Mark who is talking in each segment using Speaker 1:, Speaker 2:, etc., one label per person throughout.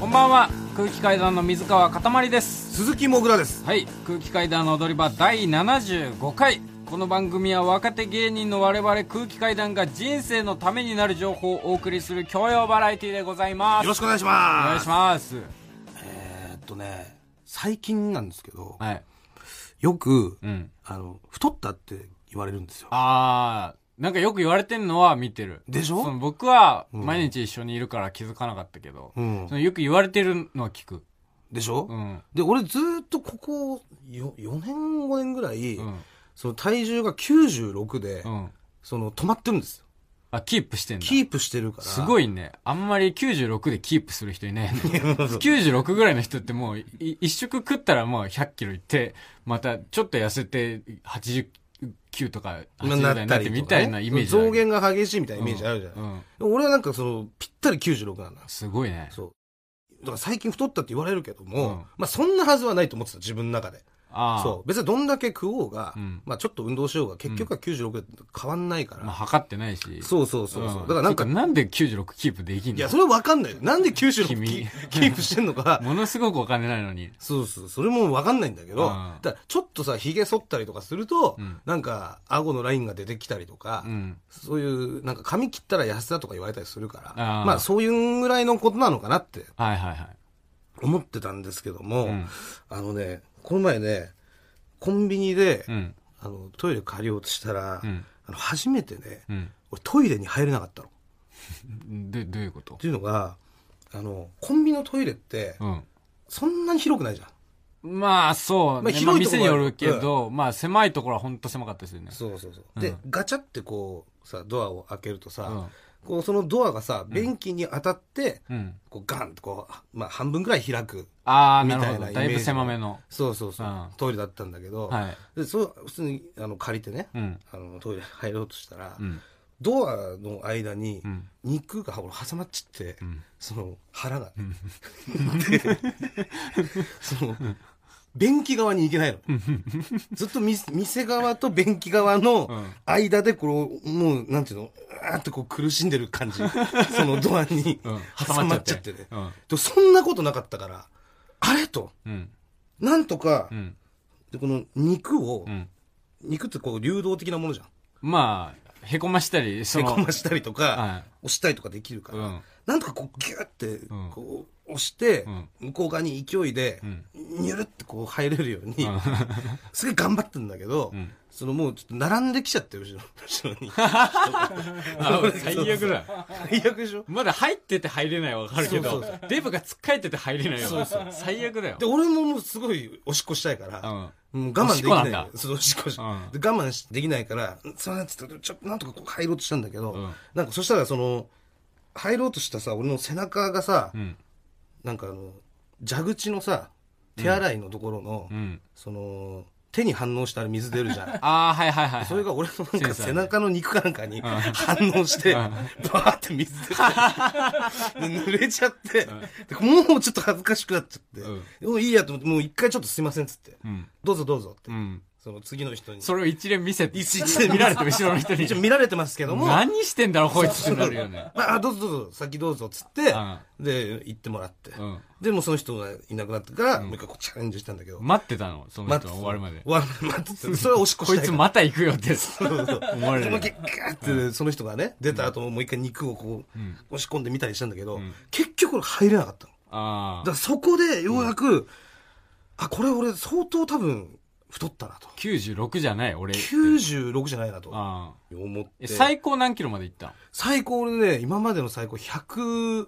Speaker 1: こんばんは空気階段の水川かたまりです
Speaker 2: 鈴木もぐらです
Speaker 1: はい空気階段の踊り場第75回この番組は若手芸人の我々空気階段が人生のためになる情報をお送りする教養バラエティでございます
Speaker 2: よろしくお願いし
Speaker 1: お
Speaker 2: ます
Speaker 1: 願いします
Speaker 2: えーっとね最近なんですけど、
Speaker 1: はい
Speaker 2: よく、
Speaker 1: うん
Speaker 2: あの太ったって言われるんですよ
Speaker 1: あーなんかよく言われてんのは見てる
Speaker 2: でし
Speaker 1: その
Speaker 2: ょ
Speaker 1: 僕は毎日一緒にいるから気づかなかったけど、
Speaker 2: うん
Speaker 1: そのよく言われてるのは聞く
Speaker 2: でしょ、
Speaker 1: うん
Speaker 2: で俺ずーっとここ 4, 4年5年ぐらい、
Speaker 1: うん
Speaker 2: その体重が96で、
Speaker 1: うん
Speaker 2: その止まってるんですよ
Speaker 1: あキープしてんだ
Speaker 2: キープしてるから
Speaker 1: すごいね。あんまり96でキープする人いないよ ね。96ぐらいの人ってもう、い一食食ったらもう100キロいって、またちょっと痩せて89とか
Speaker 2: ま
Speaker 1: 80代
Speaker 2: あ
Speaker 1: になって
Speaker 2: とかね
Speaker 1: みたいなイメージだね。
Speaker 2: 増減が激しいみたいなイメージあるじゃない、
Speaker 1: うん。うん
Speaker 2: でも俺はなんかそのぴったり96なんだ
Speaker 1: すごいね。
Speaker 2: そうだから最近太ったって言われるけども、
Speaker 1: うん
Speaker 2: まあそんなはずはないと思ってた自分の中で
Speaker 1: ああ。
Speaker 2: そう。別にどんだけ食おうが、
Speaker 1: うん
Speaker 2: まあちょっと運動しようが、結局は96で変わんないから。
Speaker 1: まあ測ってないし。
Speaker 2: そうそうそう
Speaker 1: ん
Speaker 2: そう。だからなんか、
Speaker 1: てなんで96キープできんの
Speaker 2: いや、それわかんないよ。なんで96キ
Speaker 1: 君。
Speaker 2: キープしてんのか
Speaker 1: ものすごくお金ないのに。
Speaker 2: そうそう。それもわかんないんだけど、
Speaker 1: うん
Speaker 2: だからちょっとさ、髭剃ったりとかすると、
Speaker 1: うん
Speaker 2: なんか、顎のラインが出てきたりとか、
Speaker 1: うん。
Speaker 2: そういう、なんか髪切ったら痩せたとか言われたりするから、
Speaker 1: あー
Speaker 2: まあそういうぐらいのことなのかなって
Speaker 1: はいはいはい。
Speaker 2: 思ってたんですけども、
Speaker 1: うん
Speaker 2: あのね、この前ね、コンビニで、
Speaker 1: うん。
Speaker 2: あの、トイレ借りようとしたら、
Speaker 1: うん
Speaker 2: あの初めてね、
Speaker 1: うん。
Speaker 2: 俺トイレに入れなかったの。っ
Speaker 1: で、どういうこと
Speaker 2: ていうのが、あの、コンビニのトイレって、
Speaker 1: うん。
Speaker 2: そんなに広くないじゃん。
Speaker 1: まあそう
Speaker 2: まあ
Speaker 1: ね。まあ、
Speaker 2: 広いとこ
Speaker 1: 店によるけ
Speaker 2: もある
Speaker 1: ど、まあ狭いところは本当狭かったですよね。
Speaker 2: そうそうそう。
Speaker 1: うん
Speaker 2: で、ガチャってこう、さ、ドアを開けるとさ、
Speaker 1: うん
Speaker 2: こう、そのドアがさ、便器に当たって、
Speaker 1: うん。
Speaker 2: こう、ガンってこう、まあ、半分ぐらい開く。
Speaker 1: ああ、
Speaker 2: み
Speaker 1: な
Speaker 2: た
Speaker 1: る
Speaker 2: いな
Speaker 1: ほど。だいぶ狭めの。
Speaker 2: そうそうそう。
Speaker 1: うん
Speaker 2: トイレだったんだけど、
Speaker 1: はい。
Speaker 2: で、そう、普通に、あの、借りてね、
Speaker 1: うん。
Speaker 2: あの、トイレ入ろうとしたら、
Speaker 1: うん。
Speaker 2: ドアの間に
Speaker 1: うん、
Speaker 2: 肉が俺挟まっちって、
Speaker 1: うん。
Speaker 2: その腹が、ね でその便器側に行けないのずっとみ店側と便器側
Speaker 1: う
Speaker 2: の
Speaker 1: ん
Speaker 2: 間でこうもうなんていうのあーってこう苦しんでる 感じそのドアに
Speaker 1: うん
Speaker 2: 挟まっちゃってね、で
Speaker 1: うん。
Speaker 2: もそんなことなかったからあれと
Speaker 1: うん。
Speaker 2: なんとか
Speaker 1: う、ん。
Speaker 2: でこの肉を、
Speaker 1: うん。
Speaker 2: 肉ってこう流動的なものじゃん
Speaker 1: まあ、へこましたり、そ
Speaker 2: へ
Speaker 1: の
Speaker 2: こ、ましたりとか、
Speaker 1: は
Speaker 2: 押したりとかできるか
Speaker 1: い。う
Speaker 2: ら、
Speaker 1: ん。
Speaker 2: なんとかこうギューって
Speaker 1: ん
Speaker 2: こう押して、
Speaker 1: うん
Speaker 2: 向こう側に勢いで
Speaker 1: うん
Speaker 2: ニュルってこう入れるように、
Speaker 1: うん
Speaker 2: すげえ頑張ってんだけど、
Speaker 1: うん
Speaker 2: そのもうちょっと並んできちゃって後ろ後 ろに
Speaker 1: あ最悪だ。
Speaker 2: 最悪でしょ
Speaker 1: まだ入ってて入れないはわかるけ
Speaker 2: そ
Speaker 1: ど
Speaker 2: うそう、
Speaker 1: デブがつっかえてて入れないよ。最悪だよ
Speaker 2: で。俺ももうすごいおしっこしたいか
Speaker 1: う
Speaker 2: ら、
Speaker 1: ん。
Speaker 2: もう我慢で
Speaker 1: おしっ
Speaker 2: きな
Speaker 1: こなん
Speaker 2: い
Speaker 1: だ
Speaker 2: そうおしっこし、
Speaker 1: うん
Speaker 2: で我慢しできないからそれちょっとちょっとなんとかこう入ろうとしたんだけど、
Speaker 1: うん
Speaker 2: なんかそしたらその入ろうとしたさ俺の背中がさ、
Speaker 1: うん。
Speaker 2: なんかあの蛇口のさ手洗いのところの、
Speaker 1: うん。
Speaker 2: その手に反応したら水出るじゃん
Speaker 1: ああ、はいはいはいはい。
Speaker 2: それが俺のなん
Speaker 1: セン
Speaker 2: か
Speaker 1: サーで
Speaker 2: 背中の肉かなん かに反応して、
Speaker 1: うん
Speaker 2: バーって水 出て、濡れちゃって、でもうちょっと恥ずかしくなっちゃって、
Speaker 1: う
Speaker 2: もういいやと思って、もう一回ちょっとすいませんっつって、
Speaker 1: うん。
Speaker 2: どうぞどうぞって、
Speaker 1: うん。
Speaker 2: その次の人に。
Speaker 1: それを一連見せて、
Speaker 2: 一連
Speaker 1: 見られて後ろの人に
Speaker 2: 一。応見られてますけども、
Speaker 1: 何してんだろ、こいつってなるよね。
Speaker 2: まあ、どうぞどうぞ、先どうぞっつって、で、行ってもらって、
Speaker 1: うん。
Speaker 2: でもうその人がいなくなってから、もう一回こうチャレンジしたんだけど、
Speaker 1: 待ってたの、その人が終わるまで。
Speaker 2: 終わるまで待ってて、それはおしっこし
Speaker 1: こ
Speaker 2: たい
Speaker 1: い
Speaker 2: か
Speaker 1: つ
Speaker 2: ら
Speaker 1: また行くよって。
Speaker 2: そうそう
Speaker 1: 思われる
Speaker 2: でもう一回ガーってその人がね出た後ももう一回肉をこう押し込んでみたりしたんだけど、結局俺入れなかったの
Speaker 1: ああ。
Speaker 2: だからそこでようやく、あこれ俺相当多分太ったなと
Speaker 1: 96じゃない、俺。
Speaker 2: 96じゃないなと
Speaker 1: ああ。
Speaker 2: 思っ
Speaker 1: え
Speaker 2: て
Speaker 1: 最高何キロまで行ったの
Speaker 2: 最高俺ね今までの最高108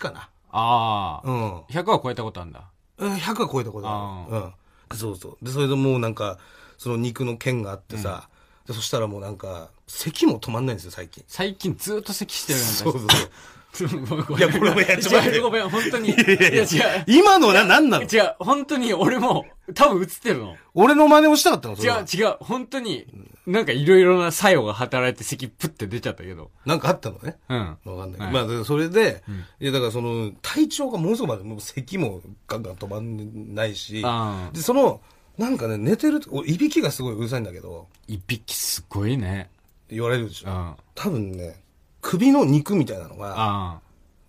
Speaker 2: かな
Speaker 1: ああ。
Speaker 2: うん
Speaker 1: 100は超えたことあるんだ。
Speaker 2: うん100は超えたことある
Speaker 1: あ
Speaker 2: うんそうそうでそれでもうなんかその肉の剣があってさ、でそしたらもうなんか咳も止まんないんですよ最近
Speaker 1: 最近ずっと咳してる
Speaker 2: そう
Speaker 1: よ
Speaker 2: そうそう
Speaker 1: う
Speaker 2: いやこれもやっちまって
Speaker 1: 違う、ごめん、本当に。い
Speaker 2: いやいや
Speaker 1: 違う。
Speaker 2: 今のはな、なんなの
Speaker 1: 違う、本当に俺も、多分映ってるの。
Speaker 2: 俺の真似をしたかったのそ
Speaker 1: 違
Speaker 2: れは
Speaker 1: う、違う、本当に、なんかいろいろな作用が働いて咳プって出ちゃったけど。
Speaker 2: なんかあったのね。
Speaker 1: うん。
Speaker 2: わかんない。
Speaker 1: はい
Speaker 2: まあ、でそれで、いや、だからその、体調がものすごく悪いもう咳もガンガン止まんないし、
Speaker 1: ああ。
Speaker 2: で、その、なんかね、寝てると、おいびきがすごいうるさいんだけど、
Speaker 1: 一匹すごいね。
Speaker 2: 言われるでし
Speaker 1: うん。
Speaker 2: ょ。
Speaker 1: あ
Speaker 2: 多分ね、首の肉みたいなのが、
Speaker 1: あ。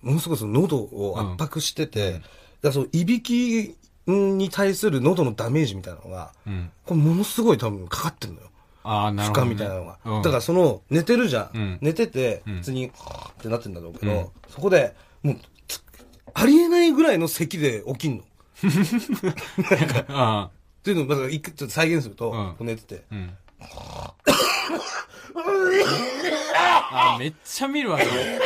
Speaker 2: ものすごくその喉を圧迫してて、だからそのいびきに対する喉のダメージみたいなのが、
Speaker 1: うん。
Speaker 2: これものすごい多分かかってるのよ。
Speaker 1: ああ、なる
Speaker 2: 負
Speaker 1: ほど、
Speaker 2: 荷
Speaker 1: ね。
Speaker 2: みたいなのが。
Speaker 1: うん
Speaker 2: だからその、寝てるじゃん。
Speaker 1: うん
Speaker 2: 寝てて、
Speaker 1: うん
Speaker 2: 普通に、はぁってなってんだろうけど、
Speaker 1: うん
Speaker 2: そこで、もう、つありえないぐらいの咳で起きんの。っ
Speaker 1: あ
Speaker 2: ていうのを、だから一回ちょっと再現すると、
Speaker 1: ん
Speaker 2: こう寝てて、
Speaker 1: あ、うん。あーめっちゃ見るわ、それ。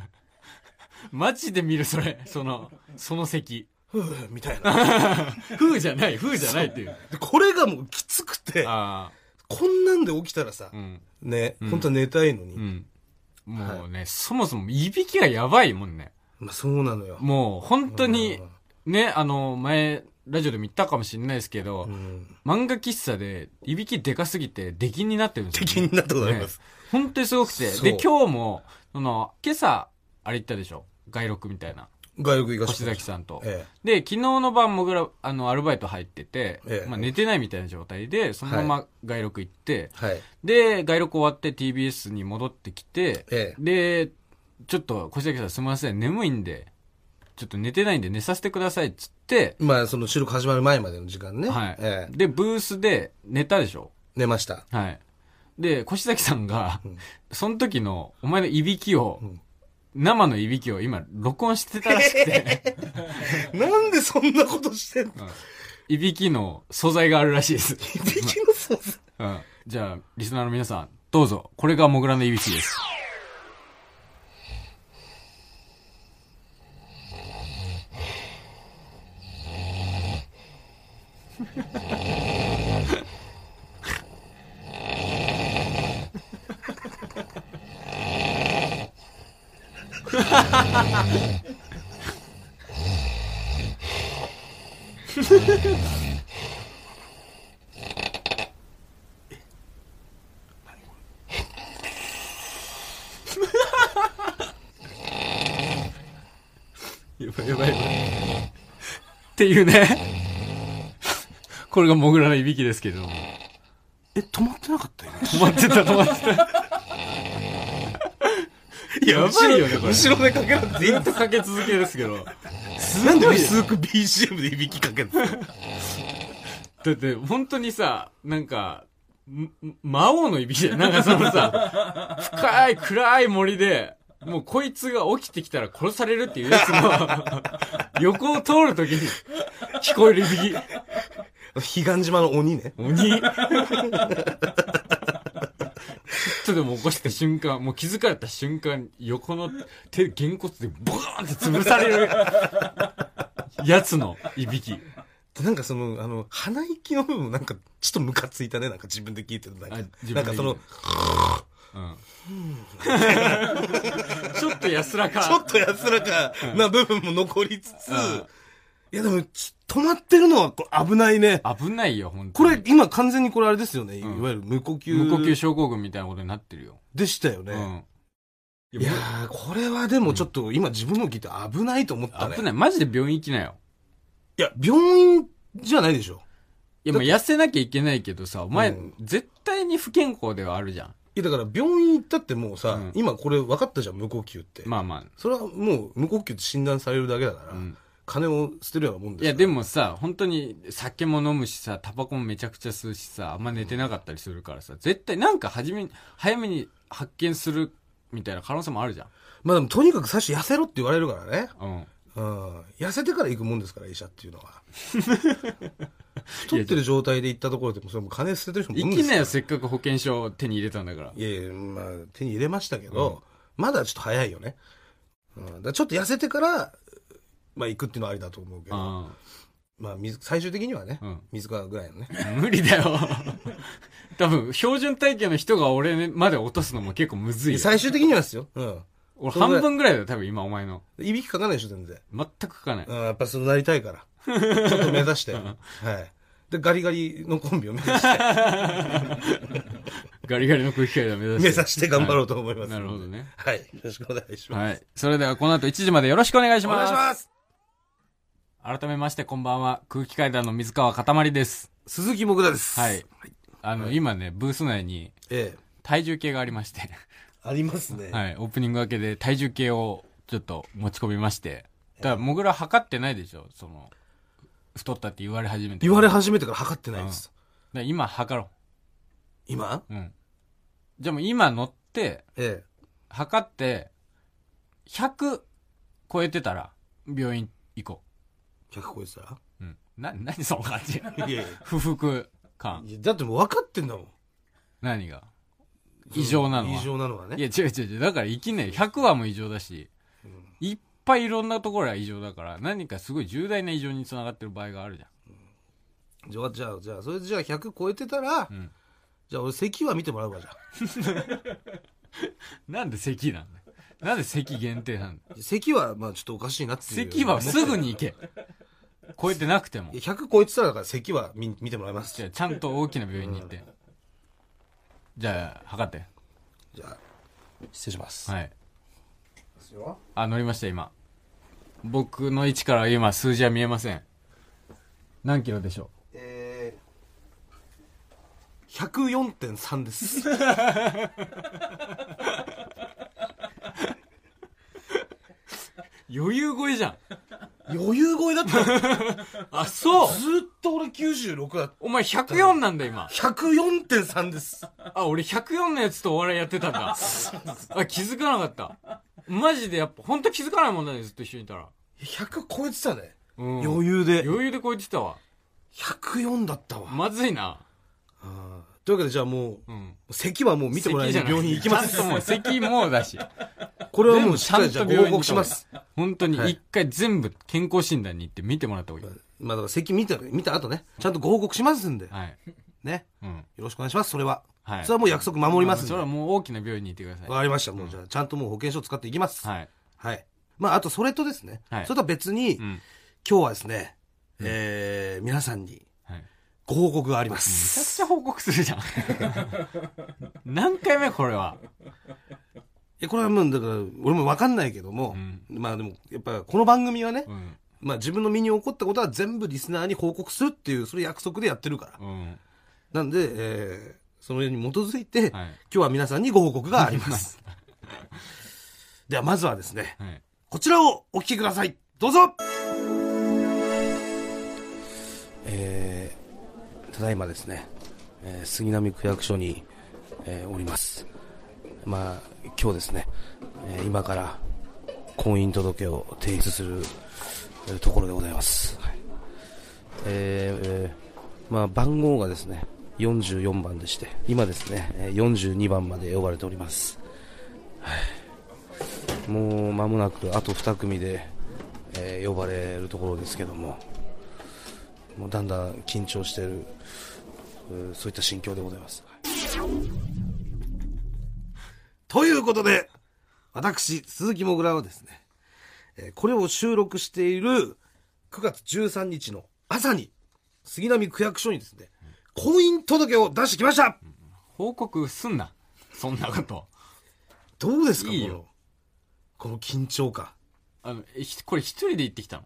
Speaker 1: マジで見る、それ。その、その席。
Speaker 2: ふぅ、みたいな。
Speaker 1: 風じゃない、風じゃないっていう。
Speaker 2: でこれがもうきつくて、
Speaker 1: あ
Speaker 2: こんなんで起きたらさ
Speaker 1: あ、う、ん。
Speaker 2: ね、本当は寝たいのに。
Speaker 1: うん。もうね、そもそも、いびきがやばいもんね。
Speaker 2: まあそうなのよ。
Speaker 1: もう、本当に
Speaker 2: うん、
Speaker 1: ね、あの、前、ラジオでも言ったかもしれないですけど、
Speaker 2: うん。
Speaker 1: 漫画喫茶で、いびきでかすぎて、出禁になってるんですよ、ね。
Speaker 2: 敵になったことあります。
Speaker 1: ね本当にすごくて。
Speaker 2: そう
Speaker 1: で、今日も、その、今朝、あれ行ったでしょ外録みたいな。
Speaker 2: 外力行か
Speaker 1: 星
Speaker 2: せて。
Speaker 1: 崎さんと。
Speaker 2: え
Speaker 1: で、昨日の晩もぐら、あの、アルバイト入ってて、
Speaker 2: ええ
Speaker 1: まあ寝てないみたいな状態で、そのまま外録行って
Speaker 2: え、はい。
Speaker 1: で、外録終わって TBS に戻ってきて、
Speaker 2: ええ
Speaker 1: で、ちょっと、星崎さんすみません、眠いんで、ちょっと寝てないんで寝させてくださいっつって、
Speaker 2: まあその収録始まる前までの時間ね。
Speaker 1: はい。
Speaker 2: ええ
Speaker 1: で、ブースで寝たでしょ
Speaker 2: 寝ました。
Speaker 1: はい。で、越崎さんが、
Speaker 2: ん
Speaker 1: その時のお前のいびきを、
Speaker 2: ん
Speaker 1: 生のいびきを今、録音してたらしく て、
Speaker 2: なんでそんなことしてんの
Speaker 1: いびきの素材があるらしいです。
Speaker 2: いびきの素材。
Speaker 1: うん、じゃあ、リスナーの皆さん、どうぞ、これがモグラのいびきです。やばいやばいやばい。っていうね。これがモグラのいびきですけれども。
Speaker 2: え、止まってなかったよ、ね、
Speaker 1: 止まってた止まってた。やばいよね、これ。ず
Speaker 2: 後ろでかけなくていい
Speaker 1: っとかけ続けですけど。す
Speaker 2: なんで
Speaker 1: ごいよ
Speaker 2: 薄く BGM でいびきかけ るの
Speaker 1: だって、本当にさ、なんか、んん魔王のいびきだよ。なんかそのさ、深い暗い森で、もうこいつが起きてきたら殺されるっていうやつの、横を通るときに聞こえるいびき。
Speaker 2: 彼岸島の鬼ね。
Speaker 1: 鬼ちょっとでも起こした瞬間、もう気づかれた瞬間、横の手、げんこつでボーンって潰される、やつのいびき。
Speaker 2: でなんかその、あの、鼻息の部分なんか、ちょっとムカついたね。なんか自分で聞いてる。なんか
Speaker 1: あ自分で聞いてる
Speaker 2: なんかその、ち
Speaker 1: うん。ちょっと安らか。
Speaker 2: ょっと安らかな部分も残りつつ、
Speaker 1: うん
Speaker 2: いやでも、ち止まってるのはこれ危ないね。
Speaker 1: 危ないよ、本当
Speaker 2: こ
Speaker 1: に。
Speaker 2: れ、今完全にこれあれですよね。い
Speaker 1: ん
Speaker 2: わゆる無呼吸。
Speaker 1: 無呼吸症候群みたいなことになってるよ。
Speaker 2: でしたよね。
Speaker 1: うん。
Speaker 2: いやー、これはでもちょっと今自分の聞いて危ないと思ったね。
Speaker 1: 危ない。マジで病院行きなよ。
Speaker 2: いや、病院じゃないでしょ。
Speaker 1: いや、もう痩せなきゃいけないけどさ、お前、
Speaker 2: うん
Speaker 1: 絶対に不健康ではあるじゃん。
Speaker 2: いや、だから病院行ったってもうさ、
Speaker 1: うん
Speaker 2: 今これ分かったじゃん、無呼吸って。
Speaker 1: まあま
Speaker 2: それはもう無呼吸って診断されるだけだか
Speaker 1: あ。
Speaker 2: ら、
Speaker 1: うん。
Speaker 2: 金を捨てるようなもんです
Speaker 1: いや、で、もさ、本当に酒も飲むしさ、タバコもめちゃくちゃ吸うしさ、あんま寝てなかったりするからさ、絶対なんか初めに、早めに発見するみたいな可能性もあるじゃん。
Speaker 2: まあでもとにかく最初痩せろって言われるからね。
Speaker 1: うん。
Speaker 2: うん。痩せてから行くもんですから、医者っていうの は。太ってる状態で行ったところでも、それもう金捨ててる人もいるん
Speaker 1: 行
Speaker 2: で
Speaker 1: き
Speaker 2: す
Speaker 1: な
Speaker 2: よ。
Speaker 1: よ、せっかく保険証を手に入れたんだから。
Speaker 2: いやいや、まあ手に入れましたけど、まだちょっと早いよね。うん。だからちょっと痩せてから、まあ行くっていうのはありだと思うけど、
Speaker 1: あ
Speaker 2: まあ水、最終的にはね、
Speaker 1: うん
Speaker 2: 水川ぐらいのね。
Speaker 1: あ。無理だよ。 多分、標準体型の人が俺まで落とすのも結構むずいよ。
Speaker 2: 最終的にはですよ。うん。
Speaker 1: 俺半分ぐらいだよ、多分今お前の。
Speaker 2: いびきかかないでしょ、全然。
Speaker 1: 全く書かない。
Speaker 2: うん、やっぱそうなりた いから。ちょっと目指して。はい。で、ガリガリのコンビを目指 して、
Speaker 1: ガリガリの空気階段目指
Speaker 2: 目
Speaker 1: して。
Speaker 2: 指して頑張ろうと思います、
Speaker 1: なるほど。ね。
Speaker 2: はい。よろしくお願いしま
Speaker 1: は
Speaker 2: す。
Speaker 1: い。それではこの後1時までよろしくお願いし
Speaker 2: お
Speaker 1: ます。
Speaker 2: 願いします
Speaker 1: 改めましてこんばんは空気階段の水川かたまりです
Speaker 2: 鈴木もぐらです。
Speaker 1: はい。あの、今ねブース内に
Speaker 2: ええ。
Speaker 1: 体重計がありまして
Speaker 2: ありますね。
Speaker 1: はいオープニング明けで体重計をちょっと持ち込みまして。だから、もぐら測ってないでしょその、太ったって言われ始めて。
Speaker 2: 言われ
Speaker 1: だか
Speaker 2: 始めてから測ってないです。
Speaker 1: ら今測ろ
Speaker 2: 今
Speaker 1: う。うん。じゃあもう今乗って、
Speaker 2: え
Speaker 1: 測って、100超えてたら、病院行こ
Speaker 2: え。100超えてたら
Speaker 1: う。うん。な、何その感じ
Speaker 2: いやいや
Speaker 1: 不服感。
Speaker 2: いやだってもう分かってんだもん。
Speaker 1: 何が異常なのは
Speaker 2: 異常なのはね。
Speaker 1: いや、違う違う違う。だから、生きねえ。100はもう異常だし、いっぱいいろんなところが異常だから、何かすごい重大な異常につながってる場合があるじ
Speaker 2: じゃあ、じゃあ、じゃあ、それじゃあ100超えてたら、
Speaker 1: ゃん。うん。
Speaker 2: じゃあ俺咳は見てもらうわ、じゃあ。
Speaker 1: なんで咳なんだよなんで咳限定 なんだよ
Speaker 2: 咳は、まあちょっとおかしいなっていう。
Speaker 1: 咳はすぐに行け。超えてなくても
Speaker 2: い。や100超えてたらだから咳は見見てもらいます。
Speaker 1: じゃあ、ちゃんと大きな病院に行って。じゃあ、測って。
Speaker 2: じゃあ、失礼します。
Speaker 1: はい。
Speaker 2: ですよ
Speaker 1: あ、乗りました、今。僕の位置から今、数字は見えません。何キロでしょ
Speaker 2: えー、104.3です。 は
Speaker 1: う余裕超えじゃん。
Speaker 2: 余裕超え だったの
Speaker 1: あ、そう
Speaker 2: ずーっと俺96だ
Speaker 1: お前104なんだ、今。
Speaker 2: 104.3です。
Speaker 1: あ、俺104のやつとお笑いやってたん だ。あ、気づかなかった。マジでやっぱ、ほんと気づかないもんだね、ずっと一緒にいたら。
Speaker 2: 100超えてたね。
Speaker 1: うん
Speaker 2: 余裕で。
Speaker 1: 余裕で超えてたわ。
Speaker 2: 104だったわ。
Speaker 1: まずいな。
Speaker 2: あーというわけでじゃあもう、
Speaker 1: うん。
Speaker 2: 咳はもう見てもらえ
Speaker 1: 咳
Speaker 2: る
Speaker 1: じゃない
Speaker 2: 病院行きます。
Speaker 1: ちゃんともう咳もうだし。
Speaker 2: これはもうし
Speaker 1: ち
Speaker 2: っか
Speaker 1: ゃ
Speaker 2: り
Speaker 1: ん
Speaker 2: じゃあ
Speaker 1: と
Speaker 2: ご報
Speaker 1: に行
Speaker 2: 告
Speaker 1: った
Speaker 2: し
Speaker 1: 方が
Speaker 2: ま
Speaker 1: いい
Speaker 2: す。
Speaker 1: 本当に
Speaker 2: はい
Speaker 1: 一回全部健康診断に行って見てもらった方がいい。
Speaker 2: まあだから咳見た、見た後ね、ちゃんとご報告しますんで、
Speaker 1: はい。
Speaker 2: ね。
Speaker 1: うん。
Speaker 2: よろしくお願いします、それは。
Speaker 1: はい。
Speaker 2: それはもう約束守りますんで。
Speaker 1: それは
Speaker 2: わ
Speaker 1: もう大きな病院に行ってくださ
Speaker 2: かりました。もうじゃあ、ちゃんともう保険証使っていきます。
Speaker 1: い。はい。
Speaker 2: はい。まあ、あとそれとですね、
Speaker 1: はい
Speaker 2: それとは別に、
Speaker 1: うん。
Speaker 2: 今日はですね、えー、皆さんに
Speaker 1: はい。
Speaker 2: ご報告がありま
Speaker 1: めちゃく
Speaker 2: す。
Speaker 1: ちゃ報告する じゃん。何回目これは。
Speaker 2: いや、これはもう、だから、俺もわかんないけども、
Speaker 1: うん
Speaker 2: まあでも、やっぱこの番組はね、
Speaker 1: うん。
Speaker 2: まあ自分の身に起こったことは全部リスナーに報告するっていう、それ約束でやってるから。
Speaker 1: うん。
Speaker 2: なんで、えー、そのに基づいて、今
Speaker 1: はい。
Speaker 2: 日は皆さんにご報告があります。 では、まずはですね、
Speaker 1: はい。
Speaker 2: こちらをお聞きください。どうぞえー、ただいまですね、えー杉並区役所に、えーおります。まあ、今日ですね、えー今から婚姻届を提出するえーところでございます。はいえーえーまあ、番号がですね、44番でして、今ですね、えー42番まで呼ばれております。もう間もなくあと2組で、えー呼ばれるところですけどももうだんだん緊張してるうーそういった心境でございます。ということで私鈴木もぐらはですね、えーこれを収録している9月13日の朝に杉並区役所にですね婚姻届を出してきました
Speaker 1: 報告すんな。そんなこと。
Speaker 2: どうですか
Speaker 1: いい
Speaker 2: こ
Speaker 1: よ
Speaker 2: のこの緊張感
Speaker 1: あの、えひこれ一人で行ってきたの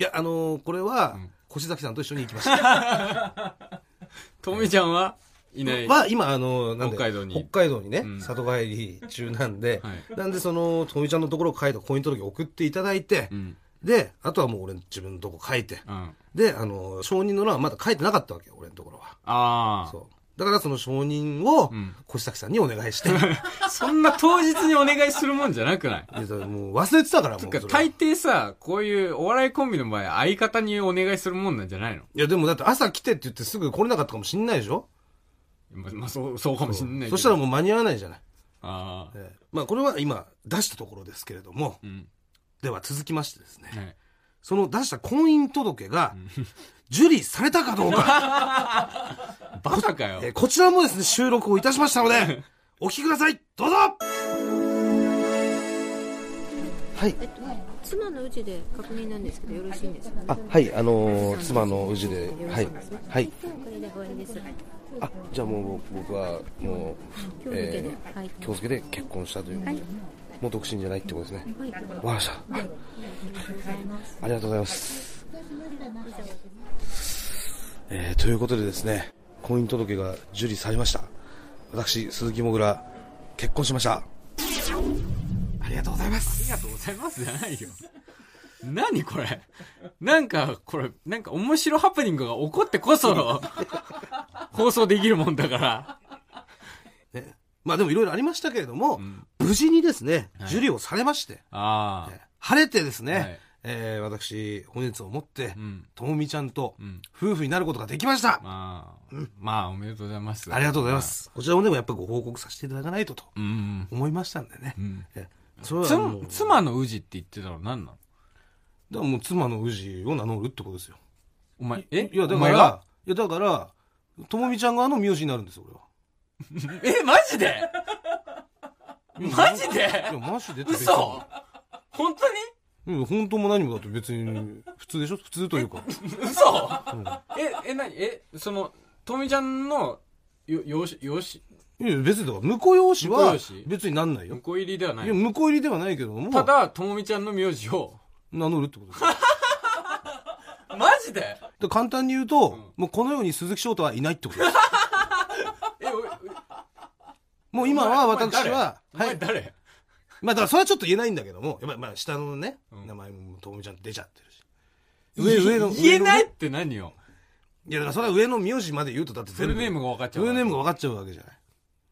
Speaker 2: いや、あのーこれは、
Speaker 1: ん
Speaker 2: 越崎さんと一緒に行きました。
Speaker 1: とみちゃんはいない。
Speaker 2: は、今、あのーなんで
Speaker 1: 北海道に
Speaker 2: 北海道にね、
Speaker 1: ん
Speaker 2: 里帰り中なんで、
Speaker 1: はい
Speaker 2: なんで、その、とみちゃんのところを書いた婚姻届を送っていただいて、
Speaker 1: うん。
Speaker 2: で、あとはもう俺の自分のとこ書いて、
Speaker 1: うん。
Speaker 2: で、あのー承認の欄はまだ書いてなかったわけよ、俺のところは。
Speaker 1: ああ。
Speaker 2: そう。だからその承認を
Speaker 1: うん、
Speaker 2: 越崎さんにお願 いして、
Speaker 1: そんな当日にお願いするもんじゃなくない
Speaker 2: でそれもう忘れてたから、もう
Speaker 1: つ
Speaker 2: そう
Speaker 1: か、
Speaker 2: れは。
Speaker 1: 大抵さ、こういうお笑いコンビの場合、相方にお願いするもんなんじゃないの
Speaker 2: いや、でもだって朝来てって言ってすぐ来れなかったかもしんないでしょ
Speaker 1: ま、まあ、そう、そうかもしんないけど。
Speaker 2: そしたらもう間に合わないじゃない。
Speaker 1: ああ。
Speaker 2: ええまあ、これは今、出したところですけれども、
Speaker 1: うん。
Speaker 2: では続きましてですね、
Speaker 1: はい。
Speaker 2: その出した婚姻届が受理されたかどう か、
Speaker 1: バカかよ
Speaker 2: え。ーこちらもですね、収録をいたしましたので、お聞きください、どうぞはい、
Speaker 3: えっと、妻のうちで確認なんですけど、よろしいんですか、ね。
Speaker 2: あ、はい、あのー妻の氏で、はい、はい、
Speaker 3: これで終わりです。
Speaker 2: あ、じゃあもう僕僕は、もう、
Speaker 3: 今日付けではい
Speaker 2: 今日付けで結婚したという、もう独身じゃないってことですね。
Speaker 3: はい、ありがとう
Speaker 2: わかりました。あ
Speaker 3: ございます。
Speaker 2: りがとうございます。えーということでですね、婚姻届が受理されました。私、鈴木もぐら、結婚しました。ありがとうございます。
Speaker 1: りがとうございますじゃないよ。何これなんか、これ、なんか面白ハプニングが起こってこその、 放送できるもんだから。
Speaker 2: ね、まあでもいろいろありましたけれども、
Speaker 1: ん
Speaker 2: 無事にですね、
Speaker 1: はい
Speaker 2: 受理をされまして、
Speaker 1: あ
Speaker 2: え晴れてですね、
Speaker 1: はい
Speaker 2: えー私、本日をもって
Speaker 1: あ。う、ん。
Speaker 2: ともみちゃんと
Speaker 1: うん。
Speaker 2: 夫婦になることができました、
Speaker 1: まあ、まあ、おめでとうございます。
Speaker 2: ありがとうございま。す。こちらもでもやっぱりご報告させていただかないとと
Speaker 1: うん。
Speaker 2: 思いましたんでね
Speaker 1: う。ん。
Speaker 2: えそれは
Speaker 1: つ
Speaker 2: もう、だか
Speaker 1: 妻の氏って言ってたの何なの
Speaker 2: らもう妻の氏を名乗るってことですよ。
Speaker 1: お前、え
Speaker 2: いや、だ
Speaker 1: お
Speaker 2: か
Speaker 1: 前
Speaker 2: ら
Speaker 1: が、
Speaker 2: いや、だから、ともみちゃん側の名字になるんですよ、俺は。
Speaker 1: え、マジでマジで
Speaker 2: いや、マジでって別に
Speaker 1: 嘘本当に
Speaker 2: うん、本当も何もだって別に、普通でしょ普通というか。
Speaker 1: 嘘え、え、なにえ、その、とみちゃんの、よ、よし、よし、
Speaker 2: いや、別にだから、婿養子は
Speaker 1: 婿養子、
Speaker 2: 別になんないよ。
Speaker 1: 婿入りではないい
Speaker 2: や、。婿入りではないけれども、
Speaker 1: ただ、ともみちゃんの名字を、
Speaker 2: 名乗るって ことですよ。
Speaker 1: マジで
Speaker 2: で簡単に言うと、もうこの世に鈴木翔太はいないってことです。
Speaker 1: え、お
Speaker 2: もう今は
Speaker 1: お前
Speaker 2: 私は、
Speaker 1: お
Speaker 2: は
Speaker 1: 前
Speaker 2: い。
Speaker 1: 誰、
Speaker 2: まあ、だからそれはちょっと言えないんだけども、やっぱりまあ、下のね、
Speaker 1: うん
Speaker 2: 名前もともみちゃん出ちゃってるし。
Speaker 1: お前
Speaker 2: 上、
Speaker 1: 誰
Speaker 2: 上の。
Speaker 1: 言えないっ
Speaker 2: 上のね
Speaker 1: て何よ。
Speaker 2: いや、だからそれは上の名字まで言うと、だって
Speaker 1: フルネーム
Speaker 2: が。
Speaker 1: が分かっち
Speaker 2: フ
Speaker 1: ゃう。
Speaker 2: ルネームが分かっちゃうわけじゃない。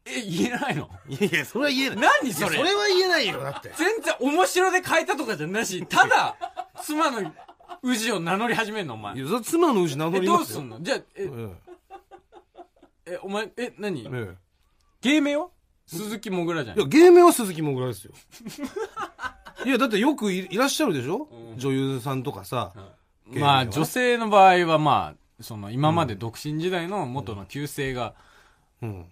Speaker 1: え、言えないの
Speaker 2: いやいや、それは言えない。
Speaker 1: 何
Speaker 2: いや
Speaker 1: そ
Speaker 2: そ
Speaker 1: れ
Speaker 2: れは言えないよ、だ って。
Speaker 1: 全然面白で変えたとかじゃなし、ただ、 妻の氏を名乗り始めんの、お前
Speaker 2: い。や、それは妻の氏名乗
Speaker 1: え、
Speaker 2: り
Speaker 1: ど
Speaker 2: ま
Speaker 1: う
Speaker 2: す
Speaker 1: す
Speaker 2: よ。
Speaker 1: んのじゃあ、え、
Speaker 2: うん
Speaker 1: え、お前、え、何
Speaker 2: え
Speaker 1: 芸名よ鈴木もぐらじゃ
Speaker 2: えいや、
Speaker 1: ん。
Speaker 2: 芸名は鈴木もぐら ですよ。いや、だってよくいいらっしゃるでしょ、
Speaker 1: うん
Speaker 2: 女優さんとかさ。芸名は
Speaker 1: まあ、女性の場合は、まあ、その、今まで独身時代の元の旧姓が、
Speaker 2: うん。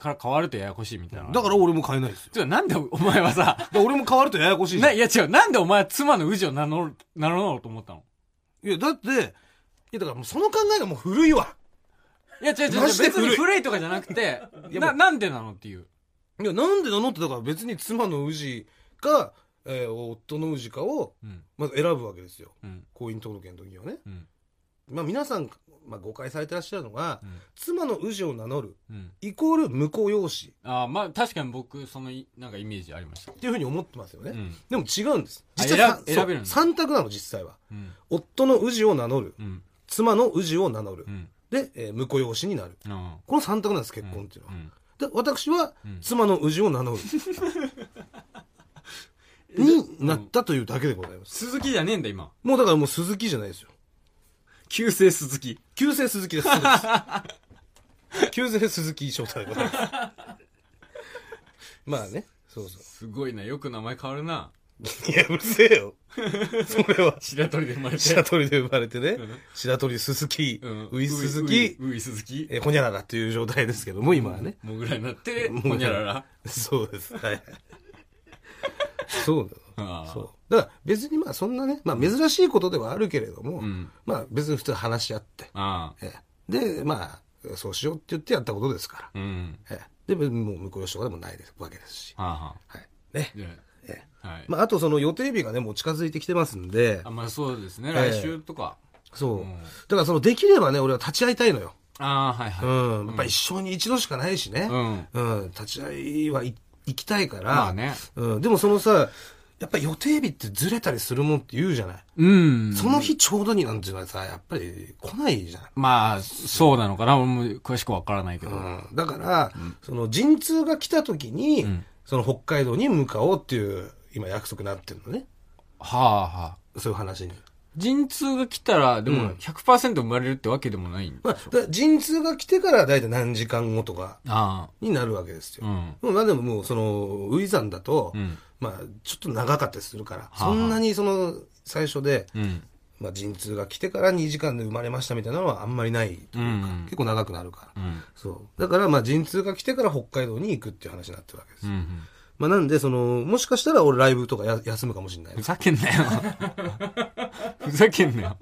Speaker 1: から変わるとややこしいみたいな。
Speaker 2: だから俺も変えないですよ。
Speaker 1: ちょ、なんでお前はさ、
Speaker 2: だから俺も変わるとややこしいじゃ
Speaker 1: な、
Speaker 2: ん。い
Speaker 1: いや違う、なんでお前は妻の氏を名乗る、 名乗ろうと思ったの
Speaker 2: や、だって、いや、だからもうその考えがもう古いわ。
Speaker 1: いや違う違う違う、
Speaker 2: マジで
Speaker 1: 別
Speaker 2: 古い
Speaker 1: に古いとかじゃなくて、な、なんでなのっていう。
Speaker 2: いや、なんでなのって、だから別に妻の氏か、えー夫の氏かを、
Speaker 1: うん、
Speaker 2: まず選ぶわけですよ。
Speaker 1: うん、
Speaker 2: 婚姻登録の時はね。
Speaker 1: うん、
Speaker 2: まあ皆さん、まあ誤解されてらっしゃるのが、
Speaker 1: うん
Speaker 2: 妻の氏を名乗る、
Speaker 1: うん。
Speaker 2: イコール婿養子
Speaker 1: ああ、まあ確かに僕、そのい、なんかイメージありました。
Speaker 2: っていうふうに思ってますよね。
Speaker 1: うん、
Speaker 2: でも違うんです。
Speaker 1: あ
Speaker 2: 実は
Speaker 1: 選べ
Speaker 2: そう
Speaker 1: 選べるんだ
Speaker 2: 三択なの、実際は。
Speaker 1: うん、
Speaker 2: 夫の氏を名乗る。
Speaker 1: うん、
Speaker 2: 妻の氏を名乗る
Speaker 1: う。ん、
Speaker 2: で、えー婿養子になる。
Speaker 1: うん。
Speaker 2: この三択なんです、結婚っていうのは。
Speaker 1: ん
Speaker 2: で、私は
Speaker 1: うん、
Speaker 2: 妻の氏を 名乗る。になったというだけでございます。
Speaker 1: 鈴木じゃねえんだ、今。
Speaker 2: もうだからもう鈴木じゃないですよ。
Speaker 1: 旧姓鈴木。
Speaker 2: 旧姓鈴木 です。そうです旧姓鈴木翔太で ございます。まあね。そうそ
Speaker 1: すごいな、よく名前変わるな。
Speaker 2: う。いや、うるせえよ。それは。
Speaker 1: 白鳥で生まれて
Speaker 2: 白。鳥で生まれてね。白鳥鈴木、
Speaker 1: うん
Speaker 2: ウイ鈴木、
Speaker 1: うい鈴木。
Speaker 2: えー、ほにゃららっていう状態ですけども、今はね。
Speaker 1: もぐらになって、ほにゃらら。
Speaker 2: そうです。はい。そう
Speaker 1: あ
Speaker 2: だ。
Speaker 1: あ
Speaker 2: そう。だから別にまあそんなね、まあ珍しいことではあるけれども、
Speaker 1: うん
Speaker 2: まあ別に普通話し合って、
Speaker 1: あ
Speaker 2: えーで、まあ、そうしようって言ってやったことですから。
Speaker 1: あ。うん。
Speaker 2: ええで、別にもう向こう吉とかでもないですわけですし。
Speaker 1: はあはあ。
Speaker 2: はい。ね。
Speaker 1: じゃ
Speaker 2: え
Speaker 1: あ、はい。
Speaker 2: まあ、あとその予定日がね、もう近づいてきてますんで
Speaker 1: あ、、まあそうですね。
Speaker 2: ええ
Speaker 1: 来週とか。
Speaker 2: そう。
Speaker 1: うん
Speaker 2: だからその、できればね、俺は立ち会いたいのよ。
Speaker 1: ああ、はいうは
Speaker 2: ん。やっぱ一生に一度しかないしね。
Speaker 1: うん。
Speaker 2: うん。立ち会いはい行きたいから。
Speaker 1: まあね
Speaker 2: うん。でもそのさ、やっぱ予定日ってずれたりするもんって言うじゃない。
Speaker 1: い。うん。
Speaker 2: その日ちょうどになんていうのはさ、やっぱり来ないじゃん。
Speaker 1: まあ、そうなのかな。俺も詳しくわからないけど。
Speaker 2: うん、だから、その陣痛が来た時に、
Speaker 1: ん
Speaker 2: その北海道に向かおうっていう今約束になってるのね
Speaker 1: はあはあ。
Speaker 2: そういう話に、
Speaker 1: 陣痛が来たら、で
Speaker 2: うん
Speaker 1: も100%生まれるってわけでもないん
Speaker 2: まあ、だから陣痛が来てから大体何時間後とか
Speaker 1: あ
Speaker 2: になるわけです
Speaker 1: あ。うん。
Speaker 2: よ、もうなんでももうその初産だと、
Speaker 1: うん。
Speaker 2: まあちょっと長かったりするから、
Speaker 1: あはあ
Speaker 2: そんなにその最初で、
Speaker 1: うん。
Speaker 2: まあ、陣痛が来てから2時間で生まれましたみたいなのはあんまりないというか、
Speaker 1: うん
Speaker 2: 結構長くなるから、
Speaker 1: うん。
Speaker 2: そうだからまあ陣痛が来てから北海道に行くっていう話になってるわけですよ、
Speaker 1: うん。
Speaker 2: まあ、なんで、その、もしかしたら俺ライブとかや休むかもしれない
Speaker 1: ふ。ざけんなよ。 ふざけんなよ。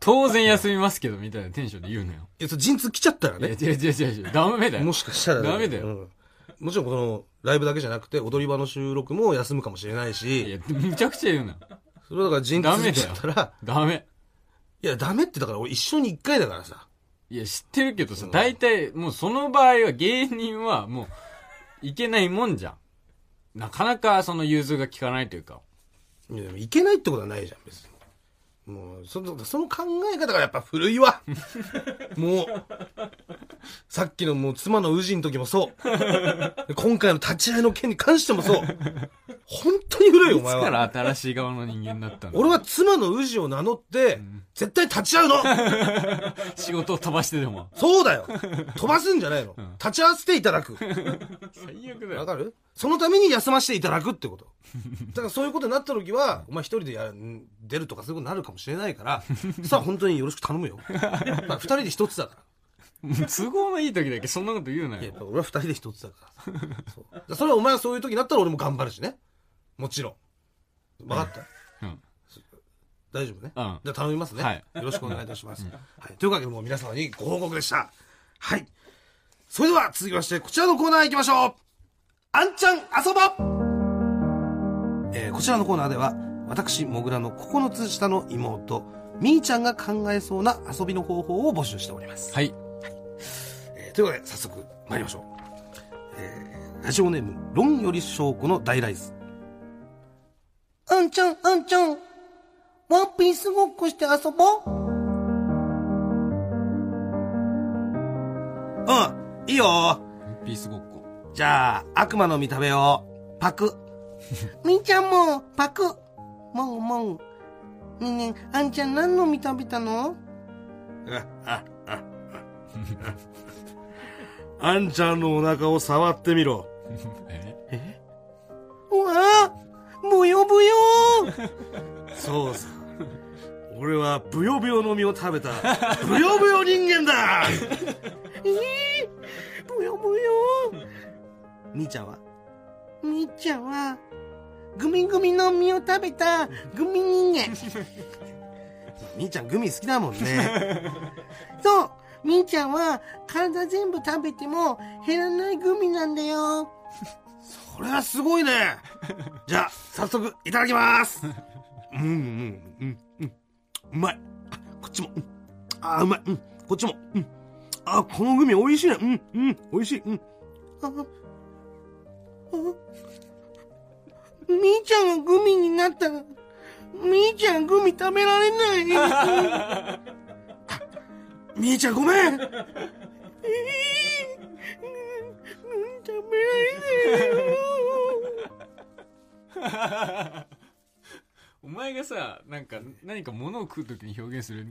Speaker 1: 当然休みますけど、みたいなテンションで言うなよ。
Speaker 2: いや、それ陣痛来ちゃったら
Speaker 1: いや、
Speaker 2: ね。
Speaker 1: 違う違う違う違う。ダメだよ。
Speaker 2: もしかしたら、
Speaker 1: ダメだよ
Speaker 2: うんもちろんこの、ライブだけじゃなくて、踊り場の収録も休むかもしれない
Speaker 1: い
Speaker 2: し、
Speaker 1: や、むちゃくちゃ言うなよ。
Speaker 2: それだから陣痛
Speaker 1: ダメだ
Speaker 2: 来
Speaker 1: よ
Speaker 2: ちゃったら、
Speaker 1: ダメ。
Speaker 2: いや、ダメってだから俺一生に一回だからさ。
Speaker 1: いや、知ってるけどさ、大体、もうその場合は芸人はもう、いけないもんじゃん。なかなかその融通が効かないというか。
Speaker 2: いやでもいけないってことはないじゃん、別に。もう、その、その考え方がやっぱ古い わ。もう、さっきのもう妻の氏の時もそう。今回の立ち会いの件に関してもそう。本当に古いよ、お
Speaker 1: い
Speaker 2: 前
Speaker 1: つ
Speaker 2: は。
Speaker 1: から新しい側の人間だったの
Speaker 2: 俺は妻の氏を名乗って、絶対立ち会うの
Speaker 1: 仕事を飛ばしてでも。
Speaker 2: そうだよ飛ばすんじゃないの、立ち会わせていただく。
Speaker 1: 最悪だ
Speaker 2: わ
Speaker 1: よ。
Speaker 2: かるそのために休ませていただくってこと。 だからそういうことになった時は、お前一人でやん出るとかそういうことになるかもしれないから、さあ本当によろしく頼むよ。まあ二人で一つだか
Speaker 1: 都合のいい時だけそんなこと言うな
Speaker 2: ら。いや、
Speaker 1: よ
Speaker 2: やっ。ぱ俺は二人で一つだから。そう だからそれはお前がそういう時になったら俺も頑張るしね。もちろん。分かった
Speaker 1: うん。
Speaker 2: 大丈夫ね。
Speaker 1: うん
Speaker 2: じゃあ頼みますね、
Speaker 1: はい
Speaker 2: よろしくお願いいたします。はい、というわけでもう皆様にご報告でした。はい。それでは続きましてこちらのコーナー行きましょう。あんちゃん遊ぼえーこちらのコーナーでは私、もぐらの9つ下の妹、みーちゃんが考えそうな遊びの方法を募集しております。
Speaker 1: はい。
Speaker 2: えーということで早速参りましょう。えーラジオネーム、論より証拠の大ライズ。
Speaker 4: あんちゃん、あんちゃん。ワンピースごっこして遊ぼう。
Speaker 2: うん、いいよ
Speaker 1: ピースごっこ。
Speaker 2: じゃあ、悪魔の見た目を、パク。
Speaker 4: みーちゃんも、パク。もうもう。ねえねえ、あんちゃん何の見たべたの
Speaker 2: あんちゃんのお腹を触ってみろ。
Speaker 1: え
Speaker 4: うわぁぶよぶよ
Speaker 2: そうさ。俺は、ブヨブヨの実を食べた、ブヨブヨ人間だ
Speaker 4: ぶよぶよ
Speaker 2: 兄ちゃんは
Speaker 4: みーちゃんは、グミグミの実を食べた、グミ人 間。
Speaker 2: 兄ちゃんグミ好きだもんね。
Speaker 4: そう、みーちゃんは、体全部食べても減らないグミなんだよ。
Speaker 2: これはすごいね。じゃあ、早速、いただ きます。うんうんうんうん。うまい。あこっちも。うんあー、うまい。うん。こっちも。うん。あー、このグミ美味しいね。うんうん。美味しい。うん。
Speaker 4: ああみーちゃんがグミになったら、みーちゃんグミ食べられない。
Speaker 2: みーちゃんごめん
Speaker 4: 食べられないよ。
Speaker 1: お前がさ、なんか、何か物を食うときに表現する、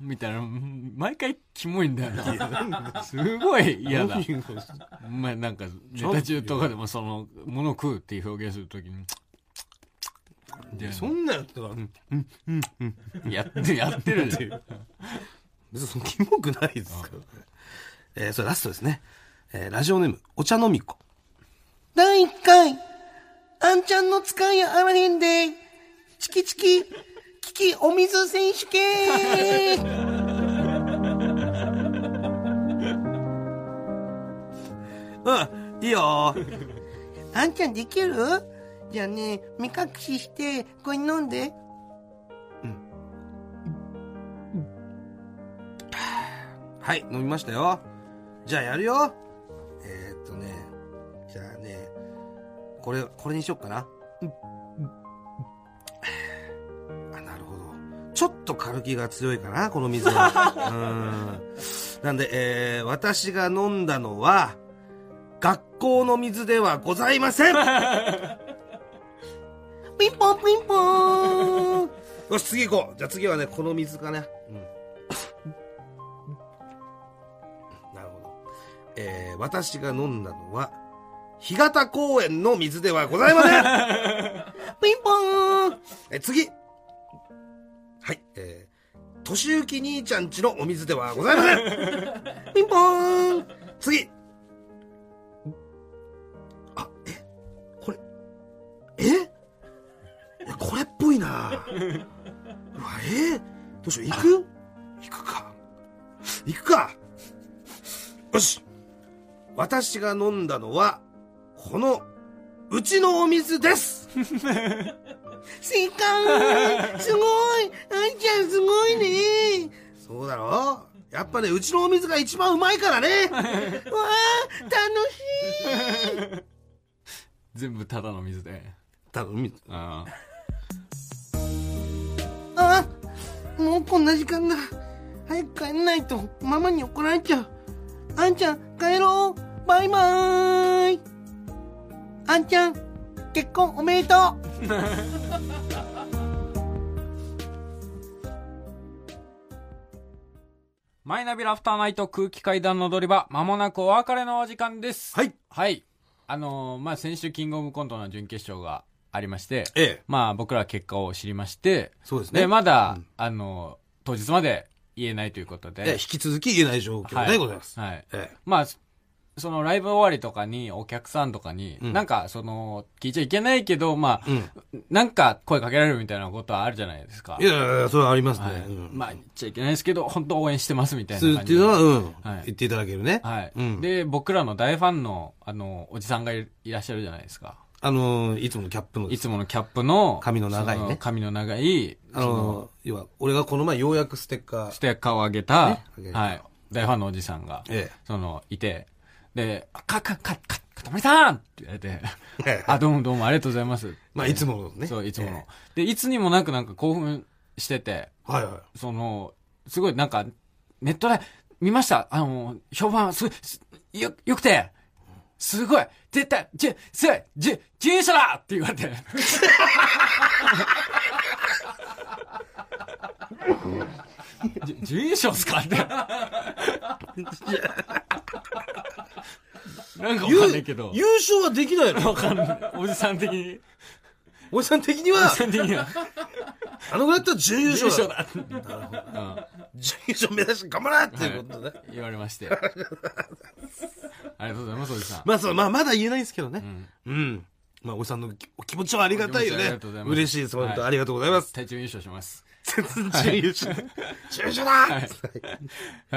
Speaker 1: みたいな、うん毎回キモいんだよな。すごい嫌だ。お前なんか、ネタ中とかでもその、物を食うっていう表現するときに、で
Speaker 2: そんなやったら、うん
Speaker 1: やって、やってるで。
Speaker 2: 別にそのキモくないですからね。えー、それラストですね。えー、ラジオネーム、お茶飲み子。
Speaker 4: 第1回、あんちゃんの使いやあらへんで、チキチキ、キキお水選手権。
Speaker 2: うん、いいよ
Speaker 4: あんちゃんできるじゃあね、目隠しして、これ飲んで。
Speaker 2: はい、飲みましたよ。じゃあやるよ。えー、っとね、じゃあね、これ、これにしよっかな。あ、なるほど。ちょっと軽気が強いかな、この 水は。うん。なんで、えー、私が飲んだのは、学校の水ではございません
Speaker 4: ピンポンピンポーン。
Speaker 2: よし、次行こう。じゃあ次はね、この水かね。うん。なるほど。えー、私が飲んだのは、干潟公園の水ではございません
Speaker 4: ピンポーン。
Speaker 2: え、次はい、えー、としゆき兄ちゃんちのお水ではございません
Speaker 4: ピンポーン。
Speaker 2: 次あ、え、これ、えいやこれっぽいなうわ、えー、どうしよう、行く行くか。行くかよし私が飲んだのは、この、うちのお 水です
Speaker 4: 正解すごいあんちゃんすごいね
Speaker 2: そうだろやっぱね、うちのお水が一 番うまいからね
Speaker 4: わあ楽しい
Speaker 1: 全部ただの水で。
Speaker 2: 多分海
Speaker 1: ああ。
Speaker 4: ああもうこんな時間だ早く帰んないとママに怒られちゃうあんちゃん帰ろうバイバーイあんちゃん結婚おめでとう
Speaker 1: マイナビラフターナイト空気階段の踊り場、まもなくお別れのお時間です。
Speaker 2: はい。
Speaker 1: はい。あのーまあ、先週キングオブコントの準決勝がありまして、
Speaker 2: ええ
Speaker 1: まあ、僕らは結果を知りまして、
Speaker 2: そうですね
Speaker 1: で、まだ、あのー当日まで言えないということで。
Speaker 2: ええ引き続き言えない状況
Speaker 1: は
Speaker 2: でございます。
Speaker 1: はい。
Speaker 2: ええ
Speaker 1: まあ、そそのライブ終わりとかに、お客さんとかに、
Speaker 2: うん
Speaker 1: なんか、その、聞いちゃいけないけど、まあ、
Speaker 2: うん
Speaker 1: なんか声かけられるみたいなことはあるじゃないですか。
Speaker 2: いやいやいや、それはありますね。
Speaker 1: はい
Speaker 2: うん
Speaker 1: まあ、言っちゃいけないですけど、本当応援してますみたい
Speaker 2: する
Speaker 1: な
Speaker 2: っ
Speaker 1: 感
Speaker 2: て
Speaker 1: じ
Speaker 2: いう
Speaker 1: で。
Speaker 2: のは、うん
Speaker 1: はい
Speaker 2: 言っていただけるね。
Speaker 1: はい、
Speaker 2: うん
Speaker 1: で、僕らの大ファンの、あの、おじさんがいいらっしゃるじゃないですか。
Speaker 2: あのー、いつものキャップので
Speaker 1: い
Speaker 2: す。
Speaker 1: つものキャップの、
Speaker 2: 髪の長いね
Speaker 1: その髪の長い、
Speaker 2: あのー、要は、俺がこの前ようやくステッカ
Speaker 1: ス
Speaker 2: ー。
Speaker 1: テッカーをあげた、
Speaker 2: ねあげた
Speaker 1: はい、大ファンのおじさんが、
Speaker 2: ええ
Speaker 1: その、いて、で、あか、か、か、か、かたまりさんって言われて、あ、どうもどうもありがとうございます。
Speaker 2: まあ、いつものね。
Speaker 1: そう、いつもの
Speaker 2: え。
Speaker 1: で、いつにもなくなんか興奮してて、
Speaker 2: え。はいはい。
Speaker 1: その、すごいなんか、ネットで見ました。あの、評判、すごいす、よ、よくて、すごい、絶対、じ、すごい、じ、自由者だって言われて。 じ準優勝っすかって。 なんかわかんないけど
Speaker 2: 優、優勝はできないの
Speaker 1: わかんない。おじさん的に、
Speaker 2: おじさん的に
Speaker 1: おじ
Speaker 2: は、
Speaker 1: さん的には、
Speaker 2: あのぐらいだったら準優
Speaker 1: 準優勝
Speaker 2: 勝だ。
Speaker 1: だって。うん
Speaker 2: 準優勝目指して頑張れっていうことね。
Speaker 1: 言われまして。ありがとうございます、おじさん。
Speaker 2: まあ、そう、まあ、まだ言えないんですけどね。
Speaker 1: ん
Speaker 2: うん。まあ、おじさんのお気持ちはありがたいよ
Speaker 1: お気持ちはあり
Speaker 2: ね
Speaker 1: がとうござい。ます
Speaker 2: 嬉しいです。本当、
Speaker 1: はい
Speaker 2: ありがとうございます。
Speaker 1: 体調優勝します。
Speaker 2: 準優勝。準優勝だ、
Speaker 1: は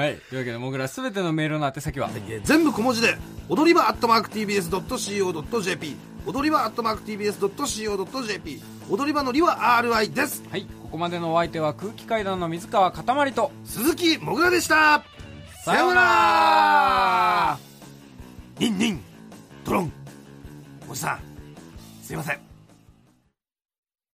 Speaker 1: い。というわけで、僕らすべてのメールの宛先は、
Speaker 2: えー全部小文字で踊り場アットマーク TBS.CO.JP 踊り場アットマーク TBS.CO.JP 踊り場のりは RI です
Speaker 1: はい。ここまでのお相手は空気階段の水川かたまりと、
Speaker 2: 鈴木もぐらでしたさようならニンニントロンおじさんすいません